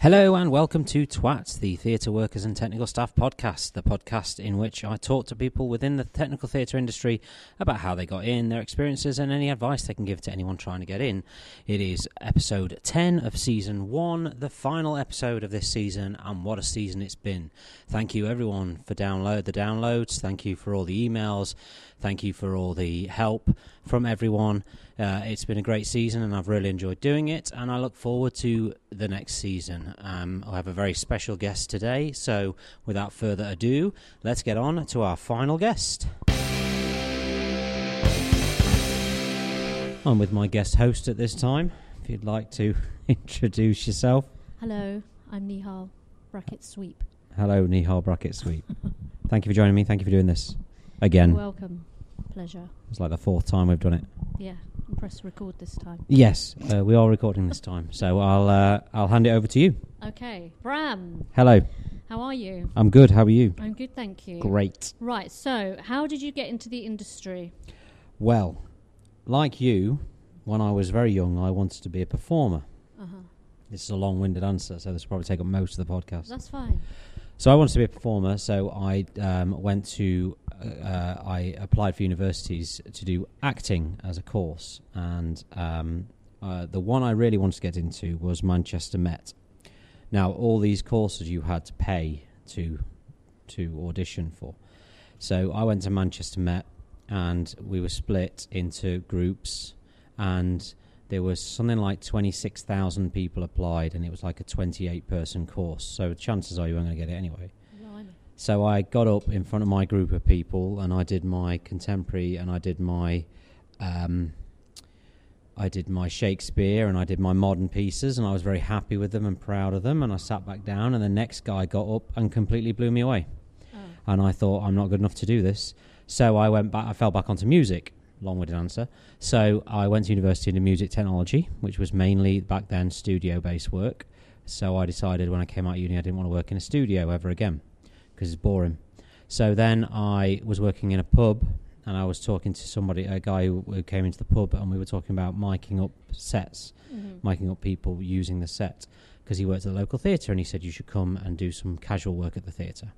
Hello and welcome to TWAT, the Theatre Workers and Technical Staff podcast, the podcast in which I talk to people within the technical theatre industry about how they got in, their experiences, and any advice they can give to anyone trying to get in. It is episode 10 of season 1, the final episode of this season, and what a season it's been. Thank you everyone for download the downloads. Thank you for all the emails. Thank you for all the help from everyone. Uh, it's been a great season and I've really enjoyed doing it. And I look forward to the next season. Um, I have a very special guest today. So without further ado, let's get on to our final guest. I'm with my guest host at this time. If you'd like to introduce yourself. Hello, I'm Nihal, bracket sweep. Hello, Nihal Bracket Sweep. Thank you for joining me. Thank you for doing this again. Welcome. Pleasure. It's like the fourth time we've done it. Yeah, and press record this time. Yes, uh, we are recording this time, so I'll uh, I'll hand it over to you. Okay, Bram, Hello, how are you? I'm good. How are you? I'm good, thank you. Great. Right, so how did you get into the industry? Well, like you, when I was very young, I wanted to be a performer. Uh-huh. This is a long-winded answer, so this will probably take up most of the podcast. That's fine. So I wanted to be a performer. So I um, went to uh, uh, I applied for universities to do acting as a course, and um, uh, the one I really wanted to get into was Manchester Met. Now all these courses you had to pay to to audition for. So I went to Manchester Met, and we were split into groups, and there was something like 26,000 people applied, and it was like a 28 person course. So chances are you weren't going to get it anyway. Blimey. So I got up in front of my group of people and I did my contemporary and I did my um, I did my Shakespeare and I did my modern pieces and I was very happy with them and proud of them and I sat back down and the next guy got up and completely blew me away Oh. and I thought I'm not good enough to do this. So I went back. I fell back onto music. Long-winded answer. So I went to university into music technology, which was mainly back then studio-based work. So I decided when I came out of uni, I didn't want to work in a studio ever again because it's boring. So then I was working in a pub, and I was talking to somebody, a guy who, who came into the pub, and we were talking about miking up sets Mhm. miking up people using the set because he worked at the local theatre and he said you should come and do some casual work at the theatre.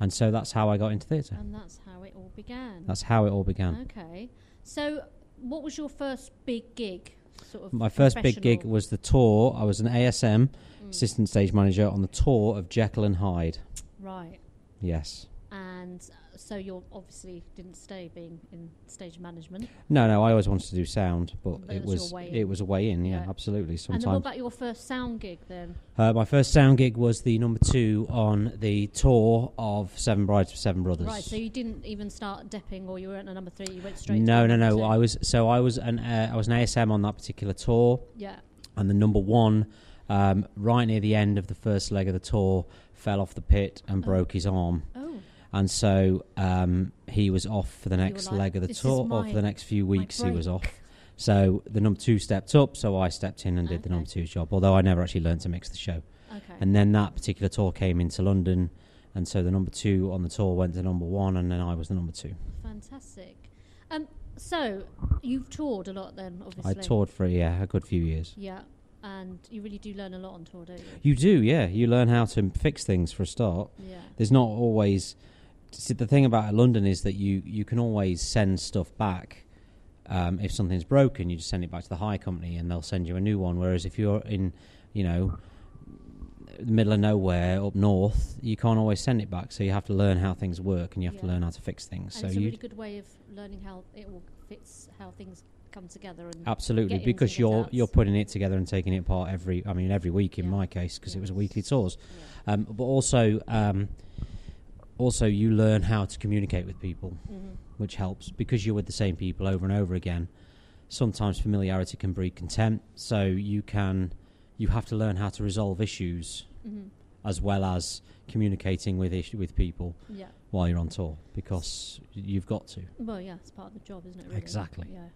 And so that's how I got into theatre. And that's how it all began. That's how it all began. okay. So, what was your first big gig? Sort of My first big gig professional? was the tour. I was an ASM, Mm, assistant stage manager, on the tour of Jekyll and Hyde. Right. Yes. And uh, so you obviously didn't stay being in stage management. No, no, I always wanted to do sound, but, But it that's your was way in. it was a way in. Yeah, Yeah. absolutely. And then what Sometimes about your first sound gig then? uh, my first sound gig was the number two on the tour of Seven Brides for Seven Brothers. Right, so you didn't even start depping, or you weren't a number three. You went straight. no, to no, number no. two. I was so I was an uh, I was an ASM on that particular tour. yeah. and the number one um, right near the end of the first leg of the tour fell off the pit and Oh. broke his arm Oh, and so um, he was off for the You were next like, leg of the "This is tour or my- for the next few my weeks he was break. off so the number two stepped up so i stepped in and did the number two's job although i never actually learned to mix the show Okay. and then that particular tour came into london and so the number two on the tour went to number one and then i was the number two Fantastic. Um, so you've toured a lot then, obviously. i toured for yeah, a good few years Yeah, and you really do learn a lot on tour, don't you? you do yeah you learn how to fix things for a start yeah. there's not always see, the thing about London is that you you can always send stuff back um, if something's broken you just send it back to the hire company and they'll send you a new one whereas if you're in you know the middle of nowhere up north you can't always send it back so you have to learn how things work and you have to Yeah. learn how to fix things And so it's a you really good way of learning how it all fits, how things come together, and absolutely getting because things you're out. you're putting it together and taking it apart every I mean every week in Yeah. my case because Yeah. it was a weekly tours yeah. um, but also um, also you learn how to communicate with people, Mhm. which helps because you're with the same people over and over again. Sometimes familiarity can breed contempt, so you can you have to learn how to resolve issues Mhm. as well as communicating with issue, with people yeah. while you're on tour because you've got to. Well, yeah, it's part of the job, isn't it? Really? Exactly. Yeah.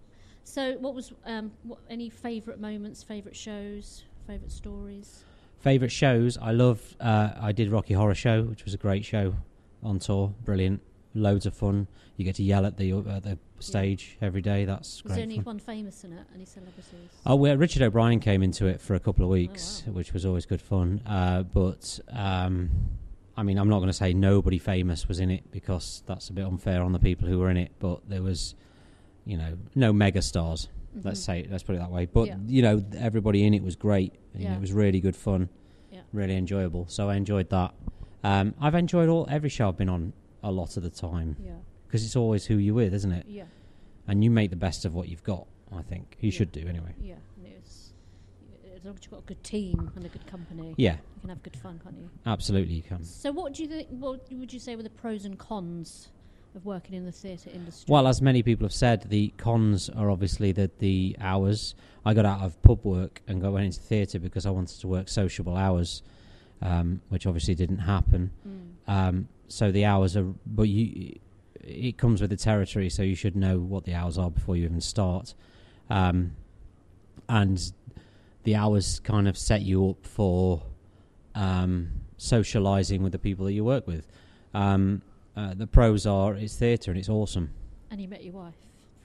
So, what was um, what, any favourite moments, favourite shows, favourite stories? Favorite shows? I love. Uh, I did Rocky Horror Show, which was a great show on tour. Brilliant, loads of fun. You get to yell at the uh, the stage every day. That's There's great. only fun. one famous in it, any celebrities. Oh, well, Richard O'Brien came into it for a couple of weeks, Oh, wow. which was always good fun. Uh, but um, I mean, I'm not going to say nobody famous was in it because that's a bit unfair on the people who were in it. But there was, you know, no mega stars. Let's Mhm. say, let's put it that way. But Yeah. you know, th- everybody in it was great. You know, Yeah. it was really good fun, Yeah. really enjoyable. So I enjoyed that. Um, I've enjoyed all every show I've been on a lot of the time Yeah. because it's always who you're with, isn't it? Yeah. And you make the best of what you've got. I think you Yeah. should do anyway. Yeah. And it's, as long as you've got a good team and a good company, Yeah, Mm. you can have good fun, can't you? absolutely, you can. So, what do you think? What would you say were the pros and cons of working in the theatre industry? Well, as many people have said, the cons are obviously that the hours. I got out of pub work and got went into theatre because I wanted to work sociable hours, um, which obviously didn't happen. Mm. Um, so the hours are, but you, it comes with the territory. So you should know what the hours are before you even start, um, and the hours kind of set you up for um, socialising with the people that you work with. Um, uh, the pros are it's theatre and it's awesome. And you met your wife.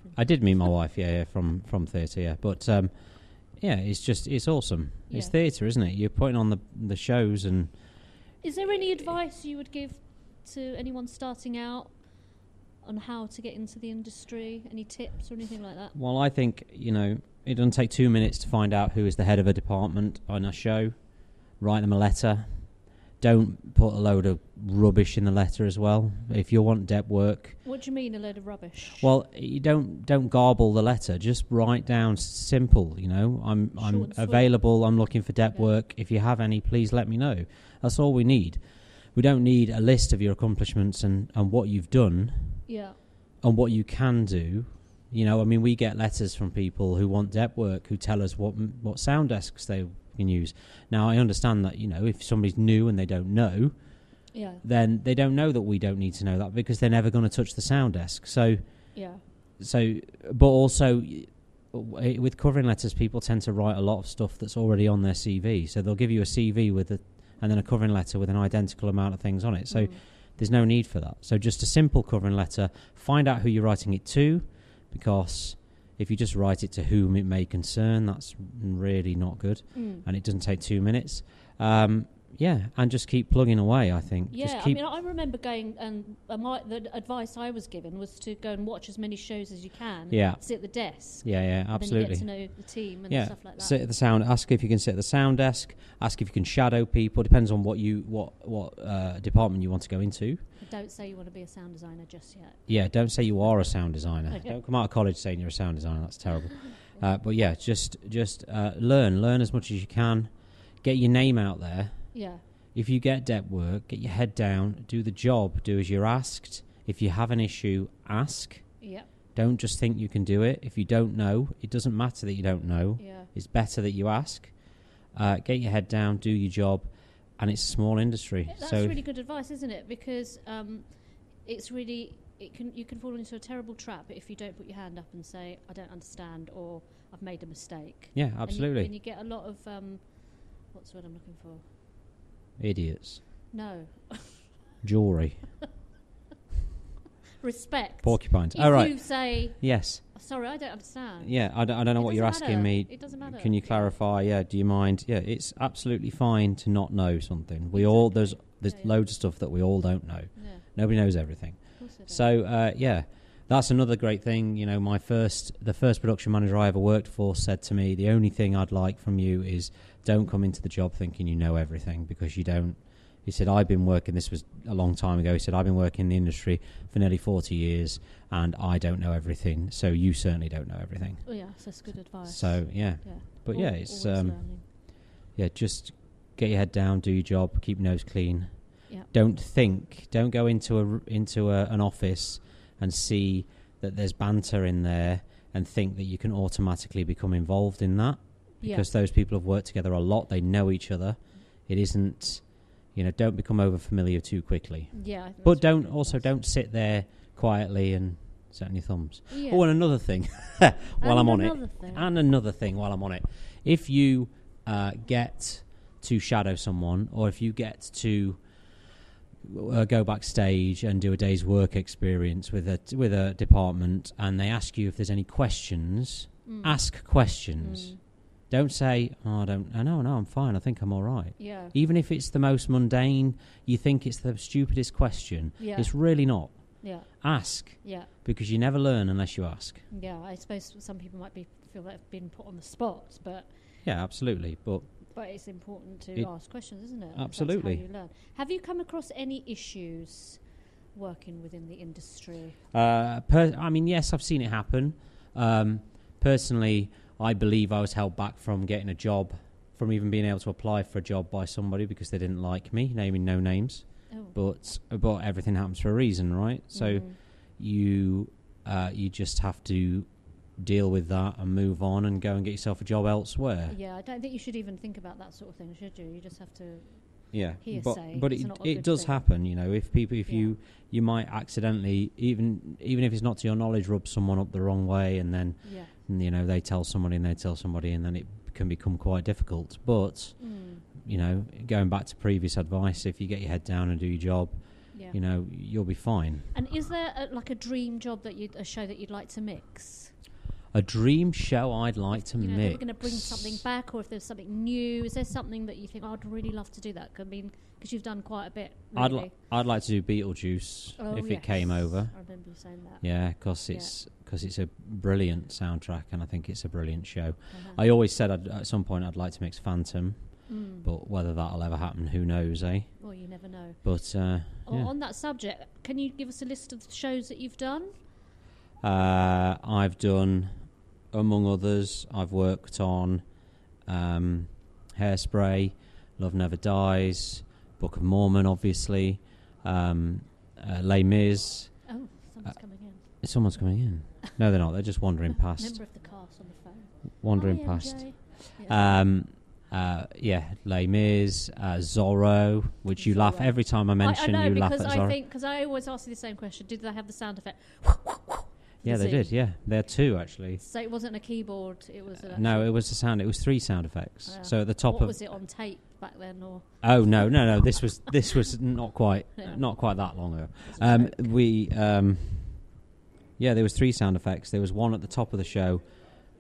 from- I did meet my wife, yeah, yeah from from theatre, yeah. But um, yeah, it's just it's awesome. It's Yeah. theatre, isn't it? You're putting on the the shows, and Is there any advice you would give to anyone starting out on how to get into the industry? Any tips or anything like that? well, I think you know it doesn't take two minutes to find out who is the head of a department on a show. Write them a letter. Don't put a load of rubbish in the letter as well. If you want dep work, What do you mean, a load of rubbish? Well, you don't don't garble the letter. Just write down s- simple. You know, I'm Short I'm and sweet. available. I'm looking for dep Okay. work. If you have any, please let me know. That's all we need. We don't need a list of your accomplishments and and what you've done yeah, and what you can do. You know, I mean, we get letters from people who want dep work who tell us what m- what sound desks they can use. Now, I understand that you know if somebody's new and they don't know, yeah, then they don't know that we don't need to know that because they're never going to touch the sound desk. So yeah, so but also y- w- with covering letters people tend to write a lot of stuff that's already on their cv so they'll give you a cv with a and then a covering letter with an identical amount of things on it so Mm. there's no need for that so just a simple covering letter find out who you're writing it to because if you just write it to whom it may concern that's really not good Mm. and it doesn't take two minutes um, yeah and just keep plugging away i think Yeah, just I keep mean, I remember going, and uh, my, the advice I was given was to go and watch as many shows as you can. Yeah. sit at the desk. yeah yeah absolutely And then you get to know the team and stuff like that. Sit at the sound. Ask if you can sit at the sound desk. Ask if you can shadow people. Depends on what you what what uh, department you want to go into. But Don't say you want to be a sound designer just yet. Yeah, don't say you are a sound designer. Okay. Don't come out of college saying you're a sound designer. That's terrible. Uh, but yeah, just just uh, learn learn as much as you can. Get your name out there. Yeah, If you get debt work, get your head down. Do the job. Do as you're asked. If you have an issue, ask. yeah, Don't just think you can do it. If you don't know, it doesn't matter that you don't know. yeah. It's better that you ask, uh, get your head down, do your job, and it's a small industry. Yeah, That's so really good advice, isn't it? Because um, it's really it can you can fall into a terrible trap if you don't put your hand up and say I don't understand or I've made a mistake. yeah, And you- absolutely, And you, get a lot of um, what's the word I'm looking for? idiots, No jewelry, respect. porcupines. If All right, you say yes, sorry, I don't understand. yeah. I don't, I don't know It what you're doesn't asking matter. me. It doesn't matter. Can you clarify? Yeah, do you mind? Yeah, it's absolutely fine to not know something. We all there's Exactly. there's Yeah, yeah. loads of stuff that we all don't know. Yeah, Nobody knows everything. of course I don't. So uh, yeah, that's another great thing. You know, my first, the first production manager I ever worked for said to me, "The only thing I'd like from you is don't come into the job thinking you know everything because you don't." He said, "I've been working. This was a long time ago." He said, "I've been working in the industry for nearly forty years, and I don't know everything. So you certainly don't know everything." oh, yeah, so that's good advice. So yeah, yeah, but Al- yeah, it's Oh, always um, learning. yeah, just get your head down, do your job, keep your nose clean. Yeah. Don't think. Don't go into a r- into a, an office and see that there's banter in there and think that you can automatically become involved in that yeah, because those people have worked together a lot. They know each other. It isn't, you know, don't become over familiar too quickly. yeah. I think But that's really don't good also advice. don't sit there quietly and sit on your thumbs. Yeah. Oh, and another thing while I'm And on it. another thing. And another thing while I'm on it, if you uh, get to shadow someone or if you get to uh, go backstage and do a day's work experience with a with a department, and they ask you if there's any questions. Mm. Ask questions. Mm. Don't say, "Oh, I don't. I know, no, I'm fine. I think I'm all right." Yeah. Even if it's the most mundane, you think it's the stupidest question. Yeah. It's really not. Yeah. Ask Yeah. because you never learn unless you ask. Yeah. I suppose some people might be feel like they've been put on the spot, but Yeah, absolutely. But but it's important to It- ask questions, isn't it? 'Cause Absolutely. That's how you learn. Have you come across any issues working within the industry? Uh, per- I mean, yes, I've seen it happen. Um, personally, I believe I was held back from getting a job, from even being able to apply for a job by somebody because they didn't like me, naming no names. Oh. But but everything happens for a reason, right? So Mm. you uh, you just have to deal with that and move on and go and get yourself a job elsewhere. Yeah, I don't think you should even think about that sort of thing, should you? You just have to. yeah but, hearsay. but It's it, not a it good does thing. happen you know if people if Yeah. you you might accidentally even even if it's not to your knowledge rub someone up the wrong way and then Yeah. you know they tell somebody and they tell somebody and then it can become quite difficult but Mm. you know going back to previous advice if you get your head down and do your job Yeah. you know you'll be fine And is there a, like a dream job that you would a show that you'd like to mix? a dream show i'd like to you know, mix if we're going to bring something back, or if there's something new, is there something that you think "Oh, I'd really love to do that? I mean, because you've done quite a bit. i'd really. li- i'd like to do beetlejuice Oh, if yes. it came over I remember you saying that. yeah because Yeah. it's because it's a brilliant soundtrack and i think it's a brilliant show Uh-huh. I always said I'd, at some point I'd like to mix Phantom, Mm. but whether that'll ever happen, who knows, eh? Well, you never know. But uh, Oh, yeah. On that subject, can you give us a list of the shows that you've done? uh, I've done, among others, I've worked on um, Hairspray, Love Never Dies, Book of Mormon, obviously, um, uh, Les Mis. Oh, Uh, someone's coming in. Someone's coming in. No, they're not. They're just wandering past. Member of the cast on the phone. Wandering Hi, past. MJ. Oh, Yeah. Um, uh, yeah, Les Mis, uh, Zorro, which you laugh Zorro. every time I mention. I, I know you laugh because at Zorro. I think because I always ask you the same question. Did they have the sound effect? Yeah, The they did. Zoom. Yeah, there are two actually. So it wasn't a keyboard. It was an No, actual- it was the sound. It was three sound effects. Yeah. So at the top what of was it on tape back then or oh no no no this was this was not quite Yeah. not quite that long ago. It's a Um, joke. we um, yeah, there was three sound effects. There was one at the top of the show.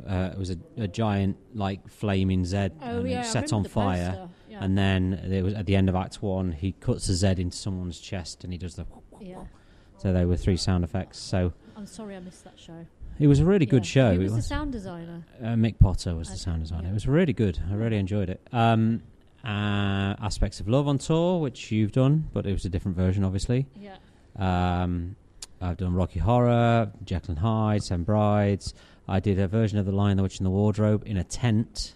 Uh, it was a, a giant like flaming Z oh and yeah, I it set remember on the fire. poster, yeah. And then there was at the end of Act One, he cuts a Z into someone's chest and he does the. yeah So there were three sound effects. So i'm sorry i missed that show it was a really Yeah. good show. who It was the was- sound designer Uh, Mick Potter was the Okay, sound designer. yeah. Mm-hmm. It was really good. I really enjoyed it. Um, uh, Aspects of Love on tour, which you've done, but it was a different version, obviously. yeah Um, I've done Rocky Horror, Jekyll and Hyde, Seven Brides. I did a version of The Lion, the Witch, and the Wardrobe in a tent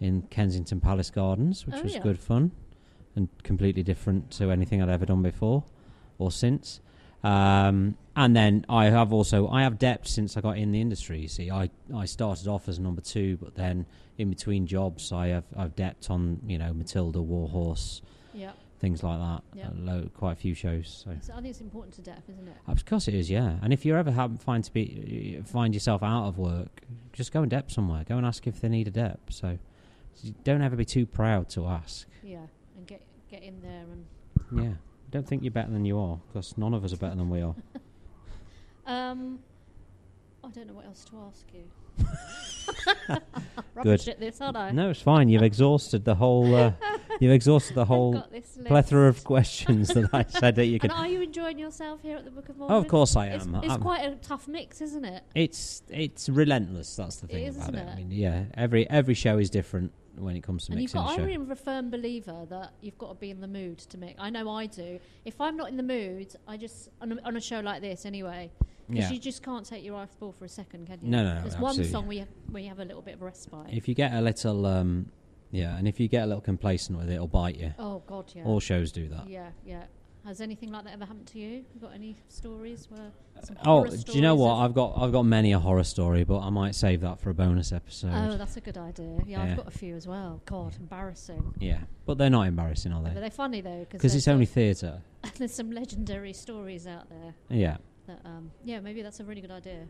in Kensington Palace Gardens, which Oh, was yeah. good fun and completely different to anything I'd ever done before or since. Um, and then I have also I have depth since I got in the industry. You see, I, I started off as number two, but then in between jobs, I have I've depth on you know Matilda, Warhorse, yeah things like that. Yeah. A lo- quite a few shows. So. so i think it's important to deaf isn't it Of course it is, yeah. And if you ever have, find to be find yourself out of work, just go and dep somewhere. Go and ask if they need a dep. So you don't ever be too proud to ask. yeah and get get in there and Yeah, don't think you're better than you are, because none of us are better than we are. um i don't know what else to ask you Good. Rubbish at this aren't i No, it's fine. You've exhausted the whole. Uh, you've exhausted the I've whole got this list. plethora of questions that I said that you could. and are you enjoying yourself here at the book of mormon Oh, of course I it's, am. it's I'm- quite a tough mix isn't it It's it's relentless. That's the It thing is, about it. isn't I it? mean, yeah, every every show is different when it comes to And you've mixing got, a show. I'm a firm believer that you've got to be in the mood to make. I know I do. If I'm not in the mood, I just on a, on a show like this anyway, because Yeah. you just can't take your eye off the ball for a second, can you? No, no, no, There's absolutely. one song where you, where you have a little bit of a respite. If you get a little, um, yeah, and if you get a little complacent with it, it'll bite you. oh God, yeah, All shows do that. yeah, yeah. Has anything like that ever happened to you? You got any stories where? Some Oh, horror do you know stories what? of- I've got I've got many a horror story, but I might save that for a bonus episode. Oh, that's a good idea. Yeah, Yeah. I've got a few as well. God, embarrassing. yeah, but they're not embarrassing, are But they? they're funny though Because there's it's only theatre. some- there's some legendary stories out there. Yeah. That, um, yeah, maybe that's a really good idea.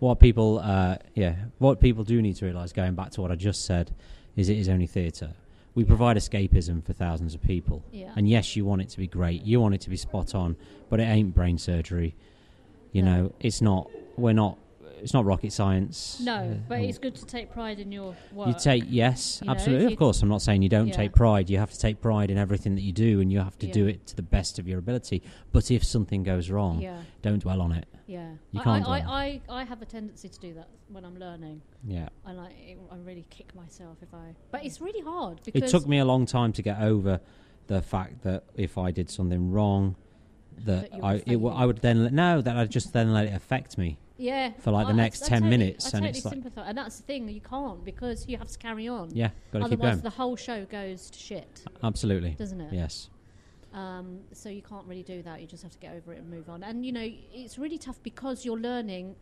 What people, uh, yeah, what people do need to realise, going back to what I just said, is it is only theatre. we provide escapism for thousands of people. Yeah. And yes, you want it to be great, you want it to be spot on, but it ain't brain surgery. You No. know, it's not. We're not. It's not rocket science. No, Uh, but and it's good to take pride in your work. You take yes, You know, if absolutely. you- of course, I'm not saying you don't Yeah. take pride. You have to take pride in everything that you do, and you have to Yeah. do it to the best of your ability. But if something goes wrong, Yeah, don't dwell on it. yeah. You I, can't I, dwell. I, I, I have a tendency to do that when I'm learning, Yeah. and I, I really kick myself if I. But it's really hard It because took me a long time to get over the fact that if I did something wrong, that, That you were I it w- I offended. would then let, no that I'd just then let it affect me. yeah, for, like, the I- I- next I 10 totally- minutes, I and totally it's like- sympathise, and that's the thing you can't because you have to carry on. Yeah, got to keep Otherwise, going. the whole show goes to shit, Absolutely. doesn't it? Yes. Um, so you can't really do that. You just have to get over it and move on. And you know, it's really tough because you're learning,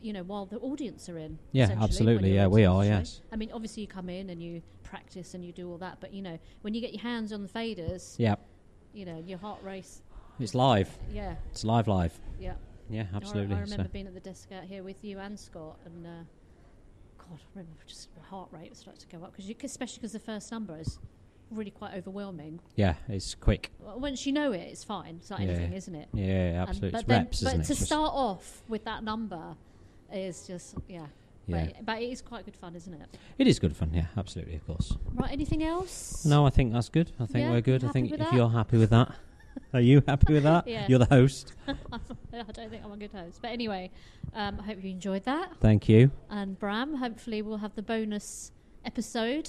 you know, while the audience are in. Yeah, essentially, when absolutely. you're Yeah, we writing the are. show. Yes. I mean, obviously you come in and you practice and you do all that, but you know, when you get your hands on the faders, Yeah. you know, your heart race. It's live. Yeah, It's live. Live. yeah. Yeah. Oh, I re- Absolutely. I, So- remember being at the desk out here with you and Scott, and uh, God, I remember just my heart rate started to go up because, especially because the first number is really quite overwhelming. yeah, it's quick. Well, Once you know it, it's fine. It's like Yeah. anything, isn't it? Yeah, Um, absolutely. but it's then, reps, but isn't it? to Just- start off with that number is just yeah. yeah. But, but it is quite good fun, isn't it? It is good fun. Yeah, absolutely. Of course. Right. Anything else? No, I think that's good. I think Yeah, we're good. you I think happy if with that? you're happy with that, are you happy with that? Yeah. You're the host. I don't think I'm a good host. But anyway, um, I hope you enjoyed that. Thank you. And Bram, hopefully we'll have the bonus episode.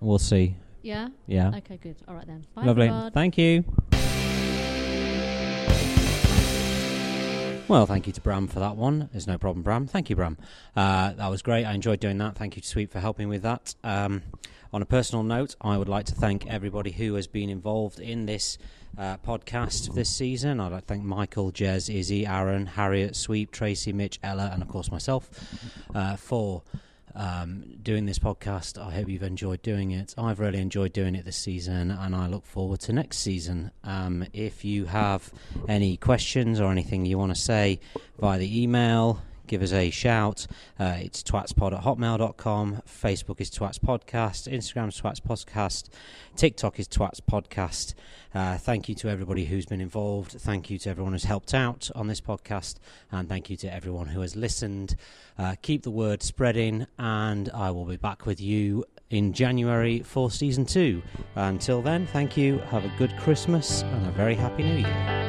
We'll see. Yeah. Yeah. Okay. Good. All right then. Bye. Lovely. everyone. Thank you. Well, thank you to Bram for that one. There's no problem, Bram. Thank you, Bram. Uh, that was great. I enjoyed doing that. Thank you to Sweet for helping with that. Um, on a personal note, I would like to thank everybody who has been involved in this uh, podcast this season. I'd like to thank Michael, Jez, Izzy, Aaron, Harriet, Sweep, Tracy, Mitch, Ella, and of course myself uh, for um, doing this podcast. I hope you've enjoyed doing it. I've really enjoyed doing it this season, and I look forward to next season. Um, if you have any questions or anything you want to say via the email, give us a shout. Uh, it's twatspod at hotmail.com. Facebook is twats podcast. Instagram is twats podcast. TikTok is twats podcast. Uh, thank you to everybody who's been involved. Thank you to everyone who's helped out on this podcast. And thank you to everyone who has listened uh, keep the word spreading, and I will be back with you in January for season two. Until then, thank you, have a good Christmas, and a very happy new year.